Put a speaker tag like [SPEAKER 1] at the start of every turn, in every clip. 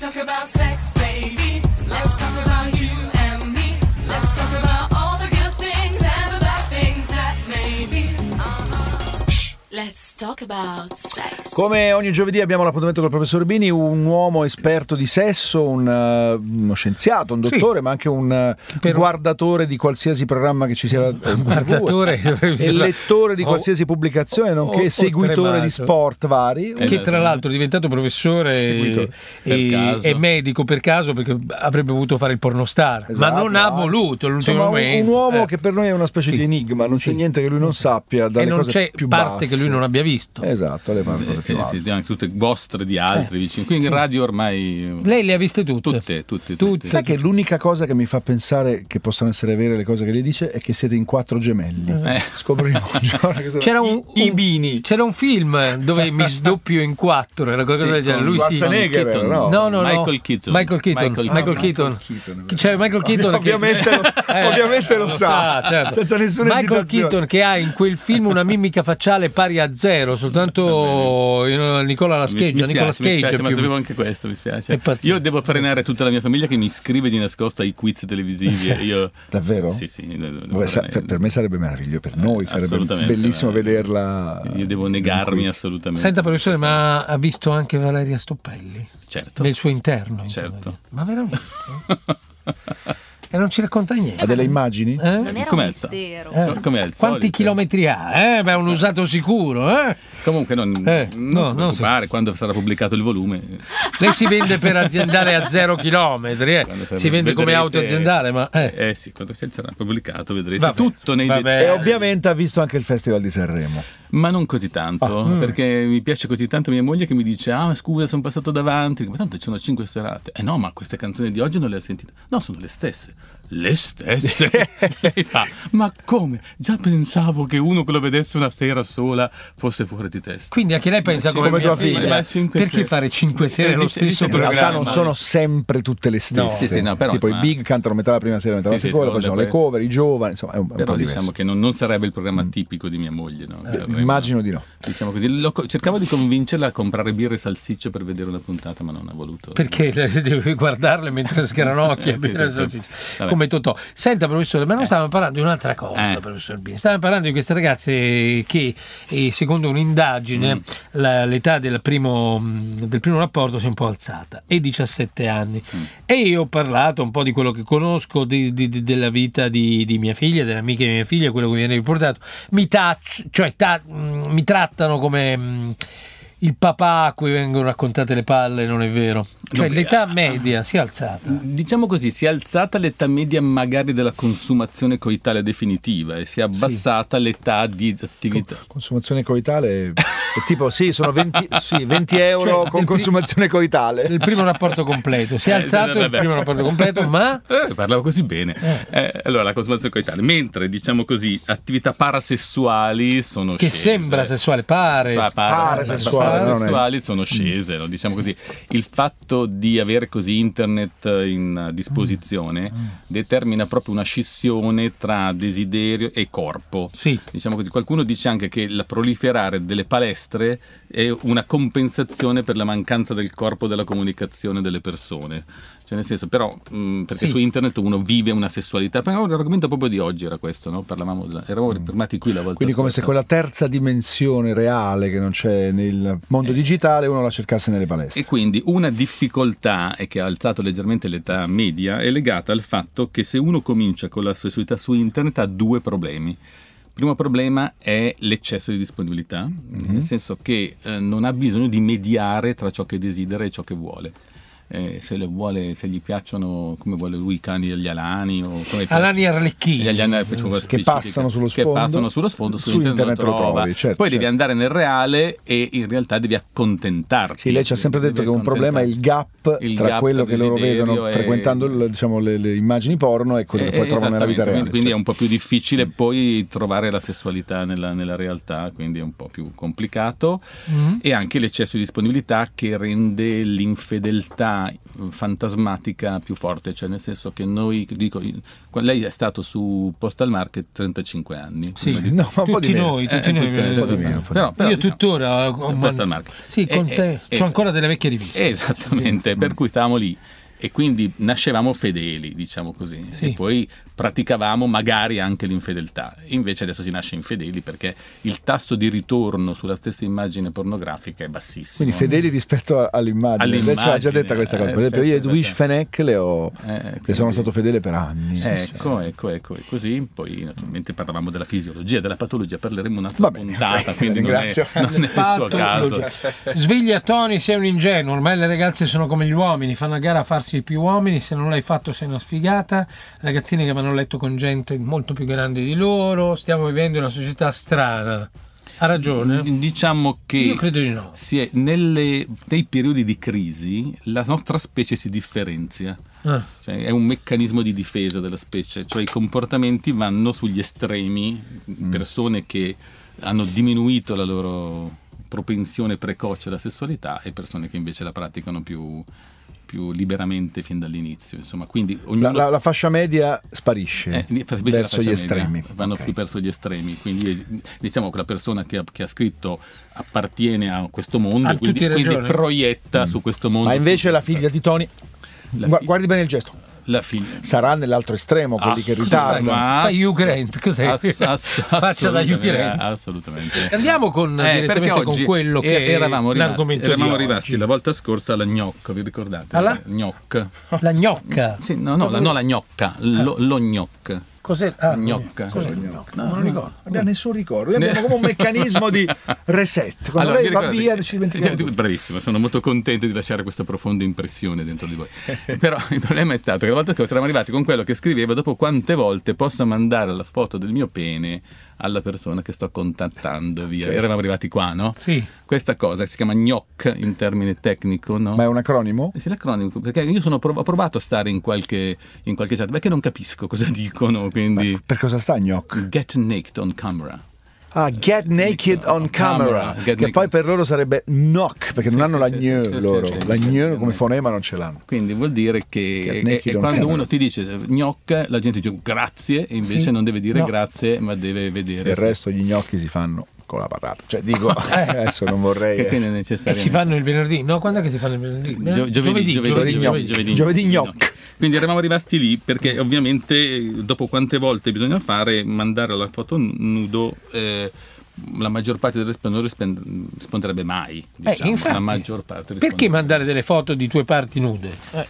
[SPEAKER 1] talk about sex, baby. Let's talk about you and me. Let's talk about all the good things and the bad things that maybe. Shh. Let's talk about sex.
[SPEAKER 2] Come ogni giovedì abbiamo l'appuntamento col professor Bini, un uomo esperto di sesso, un, eh, uno scienziato, un dottore, ma anche un eh,
[SPEAKER 3] però-
[SPEAKER 2] guardatore di qualsiasi programma che ci sia. Un
[SPEAKER 3] guardatore, mi
[SPEAKER 2] e
[SPEAKER 3] sembra- Oh,
[SPEAKER 2] lettore di
[SPEAKER 3] ho-
[SPEAKER 2] qualsiasi pubblicazione,
[SPEAKER 3] ho-
[SPEAKER 2] nonché
[SPEAKER 3] ho
[SPEAKER 2] seguitore
[SPEAKER 3] oh, tremato.
[SPEAKER 2] di sport vari.
[SPEAKER 3] che tra l'altro è diventato professore e,
[SPEAKER 4] Seguito per
[SPEAKER 3] e-
[SPEAKER 4] caso.
[SPEAKER 3] e medico per caso perché avrebbe voluto fare il pornostar,
[SPEAKER 2] Esatto,
[SPEAKER 3] ma non ha
[SPEAKER 2] anche.
[SPEAKER 3] voluto all'ultimo
[SPEAKER 2] Insomma, un-
[SPEAKER 3] momento.
[SPEAKER 2] Un uomo
[SPEAKER 3] eh.
[SPEAKER 2] che per noi è una specie
[SPEAKER 3] Sì.
[SPEAKER 2] di enigma, non c'è
[SPEAKER 3] Sì.
[SPEAKER 2] niente che lui non sappia dalle
[SPEAKER 3] e non
[SPEAKER 2] cose
[SPEAKER 3] c'è
[SPEAKER 2] più
[SPEAKER 3] parte
[SPEAKER 2] basse.
[SPEAKER 3] che lui non abbia visto.
[SPEAKER 2] Esatto, le parti cose più
[SPEAKER 4] Eh,
[SPEAKER 2] alte.
[SPEAKER 4] sì, anche tutte vostre di altri vicini. Qui in radio ormai eh,
[SPEAKER 3] Lei Eh, le ha viste tutte.
[SPEAKER 4] Tutte, tutte, tutte.
[SPEAKER 2] Sai che l'unica cosa che mi fa pensare che possano essere vere le cose che lei dice è che siete in quattro gemelli.
[SPEAKER 4] Eh.
[SPEAKER 2] Scopriremo un giorno che sono
[SPEAKER 3] C'era un,
[SPEAKER 4] I- i
[SPEAKER 3] un-
[SPEAKER 4] bini.
[SPEAKER 3] c'era un film dove mi sdoppio in quattro, era qualcosa
[SPEAKER 4] Sì,
[SPEAKER 3] del genere.
[SPEAKER 4] con
[SPEAKER 3] Cioè, Lui si.
[SPEAKER 2] Schwarzenegger.
[SPEAKER 4] Keaton.
[SPEAKER 2] no?
[SPEAKER 3] No, no, no.
[SPEAKER 4] Michael Keaton.
[SPEAKER 3] Michael Keaton.
[SPEAKER 4] Michael
[SPEAKER 3] Michael
[SPEAKER 4] Keaton.
[SPEAKER 3] Keaton.
[SPEAKER 2] Keaton,
[SPEAKER 3] Chi- C'è Michael Keaton che- Eh,
[SPEAKER 2] Ovviamente lo- ovviamente lo sa, senza nessuna
[SPEAKER 3] certo.
[SPEAKER 2] esitazione.
[SPEAKER 3] Michael Keaton che ha in quel film una mimica facciale pari a zero, soltanto eh, Nicola La
[SPEAKER 4] Mi- mi
[SPEAKER 3] Scheggia,
[SPEAKER 4] spiace,
[SPEAKER 3] Nicola
[SPEAKER 4] mi spiace,
[SPEAKER 3] Scheggia
[SPEAKER 4] ma
[SPEAKER 3] più-
[SPEAKER 4] sapevo anche questo, mi
[SPEAKER 3] È
[SPEAKER 4] spiace.
[SPEAKER 3] pazzesco.
[SPEAKER 4] Io devo frenare tutta la mia famiglia che mi scrive di nascosto ai quiz televisivi. e Io...
[SPEAKER 2] Davvero?
[SPEAKER 4] Sì, sì. devo- devo
[SPEAKER 2] Vabbè, sa-
[SPEAKER 4] frenare.
[SPEAKER 2] per, per me sarebbe meraviglioso, per noi sarebbe
[SPEAKER 4] Eh, Assolutamente,
[SPEAKER 2] bellissimo
[SPEAKER 4] ma-
[SPEAKER 2] vederla.
[SPEAKER 4] Io devo negarmi assolutamente.
[SPEAKER 3] Senta professore, ma ha visto anche Valeria Stoppelli
[SPEAKER 4] certo.
[SPEAKER 3] nel suo interno? insomma.
[SPEAKER 4] Certo.
[SPEAKER 3] Ma veramente? e non ci racconta
[SPEAKER 2] Ha
[SPEAKER 3] niente.
[SPEAKER 2] delle immagini?
[SPEAKER 3] eh?
[SPEAKER 5] Non era
[SPEAKER 4] Com'è
[SPEAKER 5] un
[SPEAKER 4] sta?
[SPEAKER 5] mistero.
[SPEAKER 3] Eh?
[SPEAKER 4] co- come al
[SPEAKER 3] Quanti
[SPEAKER 4] solito.
[SPEAKER 3] chilometri ha? Eh? Beh, un usato sicuro, eh?
[SPEAKER 4] Comunque non,
[SPEAKER 3] Eh,
[SPEAKER 4] non
[SPEAKER 3] no,
[SPEAKER 4] si
[SPEAKER 3] no,
[SPEAKER 4] preoccupare, quando sarà pubblicato il volume.
[SPEAKER 3] Lei si vende per aziendale a zero chilometri, eh.
[SPEAKER 4] quando sarà-
[SPEAKER 3] si vende come
[SPEAKER 4] vedrete-
[SPEAKER 3] auto aziendale, ma eh.
[SPEAKER 4] Eh sì, quando sarà pubblicato vedrete
[SPEAKER 3] Vabbè,
[SPEAKER 4] tutto nei
[SPEAKER 3] vabbè.
[SPEAKER 4] dettagli.
[SPEAKER 2] E ovviamente ha visto anche il Festival di Sanremo.
[SPEAKER 4] Ma non così tanto,
[SPEAKER 3] Ah, mm.
[SPEAKER 4] perché mi piace così tanto mia moglie che mi dice «Ah, ma scusa, sono passato davanti». Dico, Ma tanto ci sono cinque serate. «Eh no, ma queste canzoni di oggi non le ho sentite». «No, sono le stesse». «Le stesse?» Lei fa «Ma come? Già pensavo che uno che lo vedesse una sera sola fosse fuori di testa».
[SPEAKER 3] Quindi anche lei pensa
[SPEAKER 4] sì,
[SPEAKER 3] come,
[SPEAKER 2] come
[SPEAKER 3] mia
[SPEAKER 2] tua figlia.
[SPEAKER 3] figlia. Eh,
[SPEAKER 4] Ma cinque
[SPEAKER 3] Perché
[SPEAKER 4] sere.
[SPEAKER 3] fare 5 sere
[SPEAKER 4] Eh,
[SPEAKER 3] lo
[SPEAKER 4] dice-
[SPEAKER 3] stesso
[SPEAKER 4] dice-
[SPEAKER 2] In realtà
[SPEAKER 3] programma?
[SPEAKER 2] non sono sempre tutte le stesse.
[SPEAKER 3] No.
[SPEAKER 4] Sì, sì, no, però,
[SPEAKER 2] tipo
[SPEAKER 4] insomma-
[SPEAKER 2] i big cantano metà la prima sera, metà la
[SPEAKER 4] Sì, sì,
[SPEAKER 2] seconda, poi ci sono le
[SPEAKER 4] seconda, poi-
[SPEAKER 2] cover, i giovani, insomma è un, è un
[SPEAKER 4] Però
[SPEAKER 2] po'
[SPEAKER 4] diciamo
[SPEAKER 2] diverso. Eh,
[SPEAKER 4] che non, non sarebbe il programma tipico di mia moglie, no? Cioè, Sarebbe-
[SPEAKER 2] Immagino di no.
[SPEAKER 4] Diciamo così, Lo co- cercavo di convincerla a comprare birra e salsicce per vedere una puntata, ma non ha voluto.
[SPEAKER 3] Perché le- devi guardarle mentre sgranocchia
[SPEAKER 4] Eh,
[SPEAKER 3] mentre
[SPEAKER 4] esatto.
[SPEAKER 3] esercizi.
[SPEAKER 4] Vabbè.
[SPEAKER 3] come Totò. Senta, professore, ma non stavamo parlando di un'altra cosa,
[SPEAKER 4] Eh.
[SPEAKER 3] professor Bini. Stavamo parlando di queste ragazze che, eh, secondo
[SPEAKER 4] Mm.
[SPEAKER 3] un'indagine, la- l'età del primo, mh, del primo rapporto si è un po' alzata, e 17 anni.
[SPEAKER 4] Mm.
[SPEAKER 3] E io ho parlato un po' di quello che conosco, di- di- di- della vita di, di mia figlia, delle amiche di mia figlia, quello che viene riportato. Mi, tac- cioè, ta- mh, mi trattano come. mh, il papà a cui vengono raccontate le palle, non è vero? Cioè,
[SPEAKER 4] No,
[SPEAKER 3] l'età
[SPEAKER 4] beh,
[SPEAKER 3] media si è alzata.
[SPEAKER 4] Diciamo così, si è alzata l'età media magari della consumazione coitale definitiva e si è abbassata l'età di attività.
[SPEAKER 2] Consumazione coitale è tipo sì, sono 20, sì, 20 euro
[SPEAKER 3] Cioè,
[SPEAKER 2] con
[SPEAKER 3] il pri-
[SPEAKER 2] consumazione coitale.
[SPEAKER 3] Il primo rapporto completo si è
[SPEAKER 4] Eh,
[SPEAKER 3] alzato il
[SPEAKER 4] vabbè.
[SPEAKER 3] primo rapporto completo, ma
[SPEAKER 4] Eh, parlavo così bene. Eh, allora, la consumazione coitale. Mentre, diciamo così, attività parasessuali sono
[SPEAKER 3] che
[SPEAKER 4] scese.
[SPEAKER 3] sembra sessuale, pare.
[SPEAKER 2] Ah,
[SPEAKER 4] Pa-
[SPEAKER 2] Parasessuale,
[SPEAKER 4] parasessuali sono scese, no? diciamo così. Il fatto di avere così internet eh, in eh,
[SPEAKER 2] Ah,
[SPEAKER 4] disposizione determina proprio una scissione tra desiderio e corpo.
[SPEAKER 3] Sì.
[SPEAKER 4] Diciamo così, qualcuno dice anche che il proliferare delle palestre è una compensazione per la mancanza del corpo e della comunicazione delle persone. Cioè, nel senso, però, mh, perché
[SPEAKER 3] Sì.
[SPEAKER 4] su internet uno vive una sessualità. Però l'argomento proprio di oggi era questo, no? Parlavamo, della- eravamo fermati qui la volta
[SPEAKER 2] Mm. Quindi come se
[SPEAKER 4] scorsa.
[SPEAKER 2] quella terza dimensione reale che non c'è nel mondo
[SPEAKER 4] Eh.
[SPEAKER 2] digitale uno la cercasse nelle palestre.
[SPEAKER 4] E quindi una difficoltà e che ha alzato leggermente l'età media è legata al fatto che se uno comincia con la sessualità su internet ha due problemi. Il primo problema è l'eccesso di disponibilità, nel senso che eh, non ha bisogno di mediare tra ciò che desidera e ciò che vuole. Eh, se, le vuole, se gli piacciono come vuole lui i cani degli alani o come
[SPEAKER 3] Alani Arlecchini.
[SPEAKER 4] gli alani che
[SPEAKER 2] Eh, passano sullo sfondo.
[SPEAKER 4] che passano sullo sfondo su,
[SPEAKER 2] Su
[SPEAKER 4] internet,
[SPEAKER 2] internet lo
[SPEAKER 4] trova.
[SPEAKER 2] trovi, certo,
[SPEAKER 4] poi devi
[SPEAKER 2] certo.
[SPEAKER 4] andare nel reale e in realtà devi accontentarti
[SPEAKER 2] Sì, lei ci ha sempre detto che
[SPEAKER 4] Devi
[SPEAKER 2] un problema è il gap
[SPEAKER 4] Il
[SPEAKER 2] tra
[SPEAKER 4] gap
[SPEAKER 2] quello che loro
[SPEAKER 4] desiderio
[SPEAKER 2] vedono
[SPEAKER 4] e-
[SPEAKER 2] frequentando il- diciamo, le, le immagini porno e quello che
[SPEAKER 4] Eh,
[SPEAKER 2] poi trovano nella vita reale.
[SPEAKER 4] esattamente, Quindi, quindi
[SPEAKER 2] Cioè,
[SPEAKER 4] è un po' più difficile poi trovare la sessualità nella, nella realtà, quindi è un po'
[SPEAKER 3] Mm?
[SPEAKER 4] più complicato. E anche l'eccesso di disponibilità che rende l'infedeltà realtà fantasmatica più forte, cioè nel senso che noi, dico, lei è stato su Postal Market 35 anni.
[SPEAKER 3] Sì,
[SPEAKER 4] come
[SPEAKER 2] No, un po'
[SPEAKER 3] tutti
[SPEAKER 2] di meno.
[SPEAKER 3] noi,
[SPEAKER 4] Eh,
[SPEAKER 3] tutti noi.
[SPEAKER 4] tutti noi, tutti
[SPEAKER 2] noi.
[SPEAKER 4] Però- però,
[SPEAKER 3] io
[SPEAKER 4] diciamo,
[SPEAKER 3] tuttora ho
[SPEAKER 4] questo
[SPEAKER 3] man-
[SPEAKER 4] è il marco.
[SPEAKER 3] Sì, con
[SPEAKER 4] Eh,
[SPEAKER 3] te
[SPEAKER 4] eh,
[SPEAKER 3] ho
[SPEAKER 4] eh,
[SPEAKER 3] ancora delle vecchie riviste.
[SPEAKER 4] Esattamente, per cui stavamo lì e quindi nascevamo fedeli, diciamo così,
[SPEAKER 3] Sì.
[SPEAKER 4] e poi praticavamo magari anche l'infedeltà. Invece adesso si nasce infedeli perché il tasso di ritorno sulla stessa immagine pornografica è bassissimo.
[SPEAKER 2] Cioè, Quindi fedeli rispetto a- all'immagine.
[SPEAKER 4] All'immagine,
[SPEAKER 2] Invece l'ha già detta questa cosa. Per
[SPEAKER 4] eh,
[SPEAKER 2] esempio, io
[SPEAKER 4] aspetta,
[SPEAKER 2] Edwige
[SPEAKER 4] aspetta.
[SPEAKER 2] Fenech le ho.
[SPEAKER 4] Eh,
[SPEAKER 2] che
[SPEAKER 4] quindi-
[SPEAKER 2] sono stato fedele per anni.
[SPEAKER 4] Ecco, ecco, ecco, e così poi naturalmente parlavamo della fisiologia, della patologia, parleremo un'altra
[SPEAKER 2] Va bene,
[SPEAKER 4] puntata,
[SPEAKER 2] ok,
[SPEAKER 4] quindi non è,
[SPEAKER 2] ringrazio.
[SPEAKER 4] non è il suo eh, caso.
[SPEAKER 3] Patologia. Sveglia Tony, sei un ingenuo. Ormai le ragazze sono come gli uomini, fanno a gara a farsi più uomini. Se non l'hai fatto, sei una sfigata. Ragazzine che vanno a letto con gente molto più grande di loro. Stiamo vivendo in una società strana. Ha ragione?
[SPEAKER 4] Diciamo che
[SPEAKER 3] Io credo di no.
[SPEAKER 4] si è- nelle- nei periodi di crisi la nostra specie si differenzia,
[SPEAKER 3] Ah,
[SPEAKER 4] cioè è un meccanismo di difesa della specie, cioè i comportamenti vanno sugli estremi,
[SPEAKER 2] Mm.
[SPEAKER 4] persone che hanno diminuito la loro propensione precoce alla sessualità e persone che invece la praticano più, più liberamente fin dall'inizio, insomma, quindi ognuno...
[SPEAKER 2] La, la- la fascia media sparisce
[SPEAKER 4] Eh, invece la
[SPEAKER 2] verso
[SPEAKER 4] faccia
[SPEAKER 2] gli
[SPEAKER 4] media,
[SPEAKER 2] estremi.
[SPEAKER 4] Vanno
[SPEAKER 2] Ok.
[SPEAKER 4] più verso gli estremi, quindi es- diciamo che la persona che ha, che ha scritto appartiene a questo mondo,
[SPEAKER 3] Ha
[SPEAKER 4] e quindi,
[SPEAKER 3] Ah, tutti
[SPEAKER 4] quindi
[SPEAKER 3] ragione.
[SPEAKER 4] proietta su questo mondo.
[SPEAKER 2] Mm. Ma invece la figlia di Tony.
[SPEAKER 4] La
[SPEAKER 2] Gua-
[SPEAKER 4] fi-
[SPEAKER 2] guardi bene il gesto.
[SPEAKER 4] La figlia.
[SPEAKER 2] Sarà nell'altro estremo quelli che
[SPEAKER 4] Assolutamente.
[SPEAKER 2] ritardano.
[SPEAKER 4] Ah, Ma
[SPEAKER 3] Fa Hugh
[SPEAKER 4] ass-
[SPEAKER 3] Grant, cos'è?
[SPEAKER 4] ass- ass-
[SPEAKER 3] Faccia da Hugh
[SPEAKER 4] assolutamente,
[SPEAKER 3] Grant.
[SPEAKER 4] Assolutamente.
[SPEAKER 3] Andiamo con,
[SPEAKER 4] Eh,
[SPEAKER 3] direttamente
[SPEAKER 4] perché
[SPEAKER 3] con
[SPEAKER 4] oggi
[SPEAKER 3] quello che
[SPEAKER 4] e- eravamo
[SPEAKER 3] è
[SPEAKER 4] rimasti,
[SPEAKER 3] l'argomento
[SPEAKER 4] eravamo
[SPEAKER 3] di oggi.
[SPEAKER 4] rimasti la volta scorsa alla gnocca, vi ricordate?
[SPEAKER 3] Alla?
[SPEAKER 4] Gnocca.
[SPEAKER 3] La gnocca.
[SPEAKER 4] Sì, no, no, la, no, la gnocca,
[SPEAKER 3] Eh.
[SPEAKER 4] lo, lo gnocca.
[SPEAKER 3] Cos'è? Ah,
[SPEAKER 4] Gnocca. Ah.
[SPEAKER 3] cos'è?
[SPEAKER 4] Cos'è
[SPEAKER 3] Non lo ricordo.
[SPEAKER 2] Abbiamo nessun ricordo. Noi abbiamo come un meccanismo di reset. Quando lei
[SPEAKER 4] mi
[SPEAKER 2] va
[SPEAKER 4] ricordo-
[SPEAKER 2] via ci dimentichiamo.
[SPEAKER 4] Eh,
[SPEAKER 2] tutto.
[SPEAKER 4] Bravissimo, sono molto contento di lasciare questa profonda impressione dentro di voi. Però il problema è stato che la volta che eravamo arrivati con quello che scriveva, dopo quante volte posso mandare la foto del mio pene alla persona che sto contattando via. Eravamo arrivati qua, no?
[SPEAKER 3] Sì.
[SPEAKER 4] Questa cosa si chiama gnoc in termine tecnico, no?
[SPEAKER 2] Ma è un acronimo?
[SPEAKER 4] Eh Sì, l'acronimo, perché io sono prov- ho provato a stare in qualche, in qualche chat, perché non capisco cosa dicono, quindi...
[SPEAKER 2] Per cosa sta Gnocchi?
[SPEAKER 4] Get naked on camera.
[SPEAKER 2] Ah, Get Naked on Camera,
[SPEAKER 4] Camera, Get
[SPEAKER 2] che
[SPEAKER 4] Naked.
[SPEAKER 2] poi per loro sarebbe knock, perché
[SPEAKER 4] Sì,
[SPEAKER 2] non hanno
[SPEAKER 4] sì,
[SPEAKER 2] la
[SPEAKER 4] sì,
[SPEAKER 2] gnu
[SPEAKER 4] sì, sì,
[SPEAKER 2] loro,
[SPEAKER 4] sì, sì.
[SPEAKER 2] la gnu come
[SPEAKER 4] Sì.
[SPEAKER 2] fonema non ce l'hanno.
[SPEAKER 4] Quindi vuol dire che
[SPEAKER 2] Get
[SPEAKER 4] e-
[SPEAKER 2] naked
[SPEAKER 4] e
[SPEAKER 2] on
[SPEAKER 4] quando
[SPEAKER 2] camera.
[SPEAKER 4] uno ti dice gnocca, la gente dice grazie, e invece
[SPEAKER 3] Sì.
[SPEAKER 4] non deve dire
[SPEAKER 3] No.
[SPEAKER 4] grazie, ma deve vedere.
[SPEAKER 2] Il
[SPEAKER 4] se-
[SPEAKER 2] resto gli gnocchi si fanno con la patata. Cioè dico, adesso non vorrei...
[SPEAKER 4] Che quindi è
[SPEAKER 2] essere-
[SPEAKER 3] E
[SPEAKER 4] necessario.
[SPEAKER 3] si fanno il venerdì? No, quando è che si fanno il venerdì?
[SPEAKER 4] Gio- giovedì, giovedì, giovedì,
[SPEAKER 2] giovedì. Giovedì gnoc.
[SPEAKER 4] Quindi eravamo rimasti lì perché ovviamente dopo quante volte bisogna fare mandare la foto nudo eh, la maggior parte delle persone non rispen- risponderebbe mai, diciamo,
[SPEAKER 3] Eh, infatti.
[SPEAKER 4] la maggior parte
[SPEAKER 3] Perché
[SPEAKER 4] risponde-
[SPEAKER 3] mandare delle foto di tue parti nude?
[SPEAKER 4] Eh,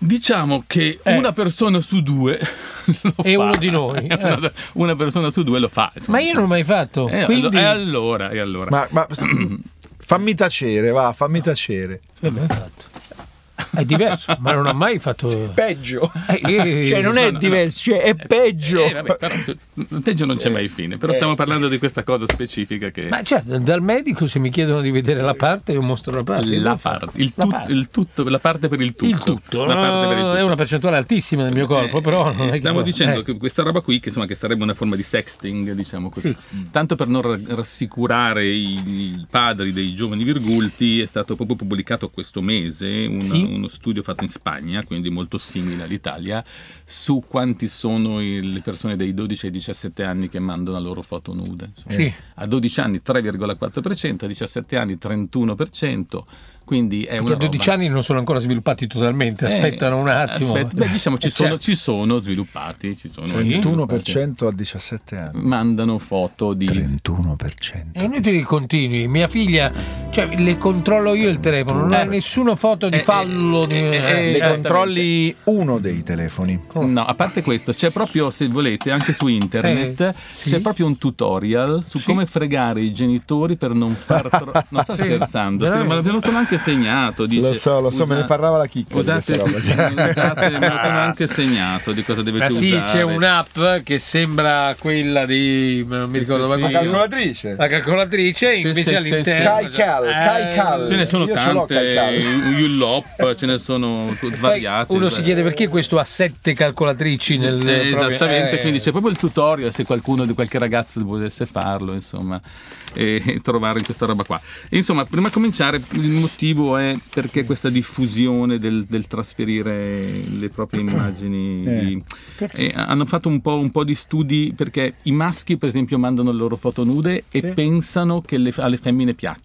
[SPEAKER 4] Diciamo che
[SPEAKER 3] Eh.
[SPEAKER 4] una persona su due lo
[SPEAKER 3] È
[SPEAKER 4] fa.
[SPEAKER 3] uno di noi, eh.
[SPEAKER 4] Una, una persona su due lo fa.
[SPEAKER 3] Ma io non l'ho mai fatto.
[SPEAKER 4] Eh,
[SPEAKER 3] quindi...
[SPEAKER 4] allo- E allora, e allora.
[SPEAKER 2] Ma, ma- fammi tacere, va, fammi tacere.
[SPEAKER 3] Eh, ma hai fatto. È diverso, ma non ha mai fatto...
[SPEAKER 2] Peggio.
[SPEAKER 3] Eh, eh,
[SPEAKER 2] Cioè non è
[SPEAKER 4] no, no.
[SPEAKER 2] diverso, cioè è peggio.
[SPEAKER 4] Eh, vabbè, però, tu- peggio non c'è mai fine, però stiamo parlando di questa cosa specifica che
[SPEAKER 3] Eh. Ma certo, dal medico se mi chiedono di vedere la parte io mostro la parte.
[SPEAKER 4] la
[SPEAKER 3] Devo
[SPEAKER 4] parte,
[SPEAKER 3] fare.
[SPEAKER 4] il,
[SPEAKER 3] Ah, La
[SPEAKER 4] tut-
[SPEAKER 3] parte.
[SPEAKER 4] il tutto, la parte per il tutto.
[SPEAKER 3] Il tutto,
[SPEAKER 4] La parte per il
[SPEAKER 3] no,
[SPEAKER 4] tutto.
[SPEAKER 3] è una percentuale altissima del mio corpo,
[SPEAKER 4] Eh,
[SPEAKER 3] però non
[SPEAKER 4] eh,
[SPEAKER 3] è che-
[SPEAKER 4] stavo dicendo
[SPEAKER 3] eh,
[SPEAKER 4] che questa roba qui, che, insomma, che sarebbe una forma di sexting, diciamo così.
[SPEAKER 3] Sì.
[SPEAKER 4] Tanto per non ra- rassicurare i, i padri dei giovani virgulti, è stato proprio pubblicato questo mese un-
[SPEAKER 3] Sì.
[SPEAKER 4] uno studio fatto in Spagna, quindi molto simile all'Italia, su quanti sono i- le persone dai 12 ai 17 anni che mandano la loro foto nude. insomma.
[SPEAKER 3] Sì.
[SPEAKER 4] A 12 anni 3,4%, a 17 anni 31%, quindi è
[SPEAKER 3] Perché
[SPEAKER 4] una
[SPEAKER 3] a 12
[SPEAKER 4] roba-
[SPEAKER 3] anni non sono ancora sviluppati totalmente,
[SPEAKER 4] eh,
[SPEAKER 3] aspettano un attimo.
[SPEAKER 4] aspetta, beh, diciamo, ci,
[SPEAKER 3] Eh,
[SPEAKER 4] sono,
[SPEAKER 3] certo.
[SPEAKER 4] ci sono sviluppati, ci
[SPEAKER 2] Cioè,
[SPEAKER 4] sono
[SPEAKER 2] 31% a 17 anni.
[SPEAKER 4] mandano foto di Eh,
[SPEAKER 2] 31%.
[SPEAKER 3] È inutile che continui, mia figlia, cioè le controllo io il telefono, non ha nessuna foto di
[SPEAKER 4] Eh,
[SPEAKER 3] fallo.
[SPEAKER 4] eh,
[SPEAKER 3] di-
[SPEAKER 4] eh, eh,
[SPEAKER 2] Ne
[SPEAKER 4] Esattamente.
[SPEAKER 2] controlli uno dei telefoni.
[SPEAKER 3] Oh.
[SPEAKER 4] No, a parte questo, c'è proprio, se volete, anche su internet,
[SPEAKER 3] Eh, sì.
[SPEAKER 4] c'è proprio un tutorial su come fregare i genitori per non far... tro- non sto
[SPEAKER 3] Sì.
[SPEAKER 4] scherzando, sì,
[SPEAKER 3] Veramente.
[SPEAKER 4] ma ve lo sono anche segnato. Dice,
[SPEAKER 2] Lo so, lo so, me ne parlava la Chicca di
[SPEAKER 4] Usate,
[SPEAKER 2] questa cioè.
[SPEAKER 4] usate, me lo sono anche segnato di cosa dovete
[SPEAKER 3] Ma Eh sì,
[SPEAKER 4] usare.
[SPEAKER 3] c'è un'app che sembra quella di. non mi ricordo
[SPEAKER 4] sì,
[SPEAKER 3] ma
[SPEAKER 4] sì.
[SPEAKER 3] quella-
[SPEAKER 4] La calcola-
[SPEAKER 2] Calcolatrice.
[SPEAKER 3] la calcolatrice,
[SPEAKER 4] Sì,
[SPEAKER 3] invece
[SPEAKER 4] sì,
[SPEAKER 3] all'interno. eh,
[SPEAKER 4] sì,
[SPEAKER 2] Kai Cal, Kai Cal.
[SPEAKER 4] Ce ne sono
[SPEAKER 2] Io ce l'ho Kai
[SPEAKER 4] tante,
[SPEAKER 2] Cal.
[SPEAKER 4] Ullop, ce ne sono
[SPEAKER 3] Poi
[SPEAKER 4] svariate.
[SPEAKER 3] Uno si chiede perché questo ha sette calcolatrici nel.
[SPEAKER 4] Eh,
[SPEAKER 3] proprio-
[SPEAKER 4] esattamente,
[SPEAKER 3] eh,
[SPEAKER 4] quindi c'è proprio il tutorial se qualcuno di qualche ragazzo volesse farlo, insomma, e, e trovare questa roba qua. E, insomma, prima di cominciare, il motivo motivo è perché questa diffusione del, del trasferire le proprie immagini.
[SPEAKER 2] Eh.
[SPEAKER 4] di- e hanno fatto un po', un po' di studi perché i maschi, per esempio, mandano le loro foto nude e
[SPEAKER 2] Sì.
[SPEAKER 4] pensano che le- alle femmine piaccia.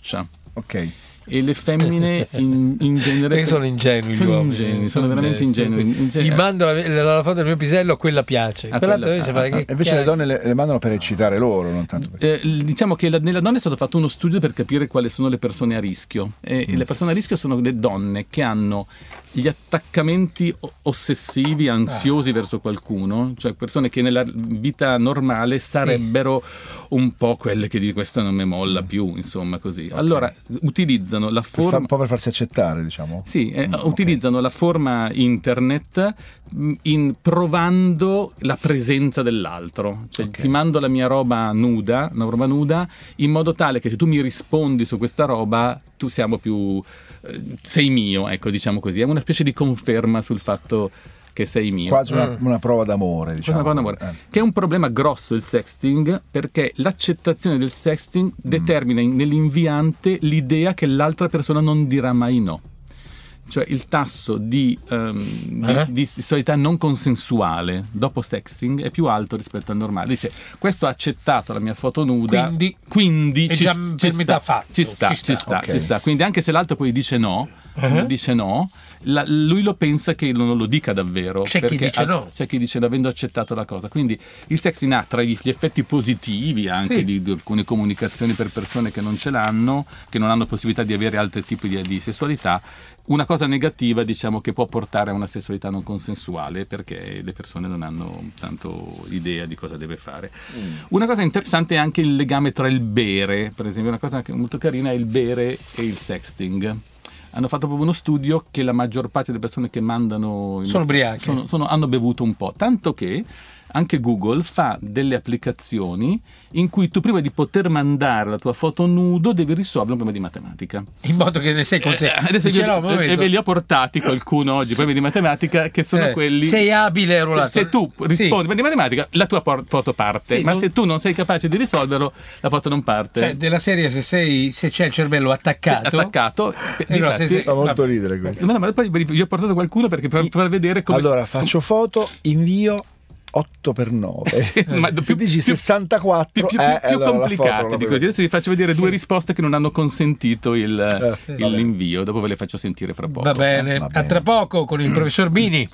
[SPEAKER 4] eh,
[SPEAKER 2] Ok.
[SPEAKER 4] E le femmine in, in genere.
[SPEAKER 3] Perché sono ingenui
[SPEAKER 4] Sono
[SPEAKER 3] gli uomini, eh.
[SPEAKER 4] ingenui, sono veramente ingenui. In
[SPEAKER 3] Gli
[SPEAKER 4] genere-
[SPEAKER 3] mando la, la- la foto del mio pisello, quella piace.
[SPEAKER 4] Ah,
[SPEAKER 3] Quell'altra
[SPEAKER 4] quella-
[SPEAKER 3] invece
[SPEAKER 4] ah,
[SPEAKER 3] fa
[SPEAKER 4] ah,
[SPEAKER 3] che-
[SPEAKER 4] ah.
[SPEAKER 2] Invece
[SPEAKER 3] che-
[SPEAKER 2] le donne le, le mandano per eccitare loro, non tanto per...
[SPEAKER 4] Eh, diciamo che la- nella donna è stato fatto uno studio per capire quali sono le persone a rischio. E
[SPEAKER 3] Mm.
[SPEAKER 4] le persone a rischio sono le donne che hanno gli attaccamenti o- ossessivi,
[SPEAKER 3] Ah.
[SPEAKER 4] ansiosi verso qualcuno, cioè persone che nella vita normale sarebbero un po' quelle che di questa non mi molla
[SPEAKER 3] Mm.
[SPEAKER 4] più, insomma così. Allora utilizzano la
[SPEAKER 2] per fa-
[SPEAKER 4] forma...
[SPEAKER 2] un po' per farsi accettare, diciamo.
[SPEAKER 4] Sì, eh,
[SPEAKER 2] Mm, ok.
[SPEAKER 4] utilizzano la forma internet mh, in- provando la presenza dell'altro. Cioè,
[SPEAKER 2] Ok.
[SPEAKER 4] ti mando la mia roba nuda, una roba nuda, in modo tale che se tu mi rispondi su questa roba, tu siamo più. eh, sei mio, ecco, diciamo così. È una specie di conferma sul fatto che sei mio.
[SPEAKER 2] Quasi una, una prova d'amore,
[SPEAKER 4] Questa è
[SPEAKER 2] diciamo.
[SPEAKER 4] Mm. una parola d'amore. Che è un problema grosso il sexting, perché l'accettazione del sexting determina in- nell'inviante l'idea che l'altra persona non dirà mai no. Cioè il tasso di, ehm, di-
[SPEAKER 3] Eh?
[SPEAKER 4] di sessualità non consensuale dopo sexting è più alto rispetto al normale. Dice, questo ha accettato la mia foto nuda,
[SPEAKER 3] Quindi-
[SPEAKER 4] quindi
[SPEAKER 3] è già per
[SPEAKER 4] sta,
[SPEAKER 3] metà fatto.
[SPEAKER 4] ci sta,
[SPEAKER 3] Ci
[SPEAKER 4] ci
[SPEAKER 3] sta,
[SPEAKER 4] sta,
[SPEAKER 2] ok.
[SPEAKER 4] ci sta. Quindi anche se l'altro poi dice no,
[SPEAKER 3] Eh?
[SPEAKER 4] dice no, la- lui lo pensa che non lo dica davvero.
[SPEAKER 3] C'è chi
[SPEAKER 4] perché
[SPEAKER 3] dice
[SPEAKER 4] ha-
[SPEAKER 3] no.
[SPEAKER 4] c'è chi dice avendo accettato la cosa. Quindi il sexting ha tra gli gli effetti positivi anche
[SPEAKER 3] Sì.
[SPEAKER 4] di, di alcune comunicazioni per persone che non ce l'hanno, che non hanno possibilità di avere altri tipi di, di sessualità. Una cosa negativa, diciamo, che può portare a una sessualità non consensuale perché le persone non hanno tanto idea di cosa deve fare. Una cosa interessante è anche il legame tra il bere, per esempio, una cosa che- molto carina è il bere e il sexting. Hanno fatto proprio uno studio che la maggior parte delle persone che mandano il-
[SPEAKER 3] Sono ubriache.
[SPEAKER 4] sono- sono- hanno bevuto un po', tanto che anche Google fa delle applicazioni in cui tu prima di poter mandare la tua foto nudo devi risolvere un problema di matematica.
[SPEAKER 3] In modo che ne sei
[SPEAKER 4] Eh,
[SPEAKER 3] consapevole.
[SPEAKER 4] adesso
[SPEAKER 3] Dice,
[SPEAKER 4] io-
[SPEAKER 3] no, un
[SPEAKER 4] e
[SPEAKER 3] momento.
[SPEAKER 4] ve li ho portati qualcuno oggi, problemi di matematica, che sono
[SPEAKER 3] Eh,
[SPEAKER 4] quelli...
[SPEAKER 3] Sei abile,
[SPEAKER 4] se,
[SPEAKER 3] Rulato.
[SPEAKER 4] se tu rispondi
[SPEAKER 3] Sì.
[SPEAKER 4] problema di matematica, la tua por- foto parte,
[SPEAKER 3] Sì,
[SPEAKER 4] ma
[SPEAKER 3] non-
[SPEAKER 4] se tu non sei capace di risolverlo, la foto non parte.
[SPEAKER 3] Cioè, della serie, se, sei, se c'è il cervello attaccato,
[SPEAKER 4] eh. attaccato,
[SPEAKER 3] E allora se
[SPEAKER 4] difatti-
[SPEAKER 3] sei-
[SPEAKER 2] Eh. Fa molto
[SPEAKER 3] vabbè.
[SPEAKER 2] ridere questo.
[SPEAKER 4] No, no, ma poi vi vi ho portato qualcuno perché per, per vedere come
[SPEAKER 2] Allora, faccio foto, invio 8x9.
[SPEAKER 4] Eh Sì, ma
[SPEAKER 2] Eh, Se dici 64,
[SPEAKER 4] più, più, più,
[SPEAKER 2] eh,
[SPEAKER 4] più
[SPEAKER 2] allora la foto
[SPEAKER 4] complicati
[SPEAKER 2] la
[SPEAKER 4] di così. Adesso vi faccio vedere due risposte che non hanno consentito il-
[SPEAKER 2] Eh, sì.
[SPEAKER 4] il-
[SPEAKER 2] Vabbè.
[SPEAKER 4] l'invio. Dopo ve le faccio sentire fra poco.
[SPEAKER 3] va bene.
[SPEAKER 2] Va
[SPEAKER 3] A
[SPEAKER 2] bene.
[SPEAKER 3] tra poco con il
[SPEAKER 4] Mm.
[SPEAKER 3] professor Bini.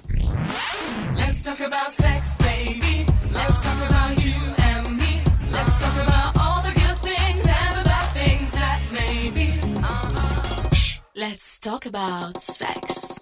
[SPEAKER 1] Let's talk about sex, baby. Let's talk about you and me. Let's talk about all the good things and the Uh-huh. bad things that may be. Shh. Let's talk about sex.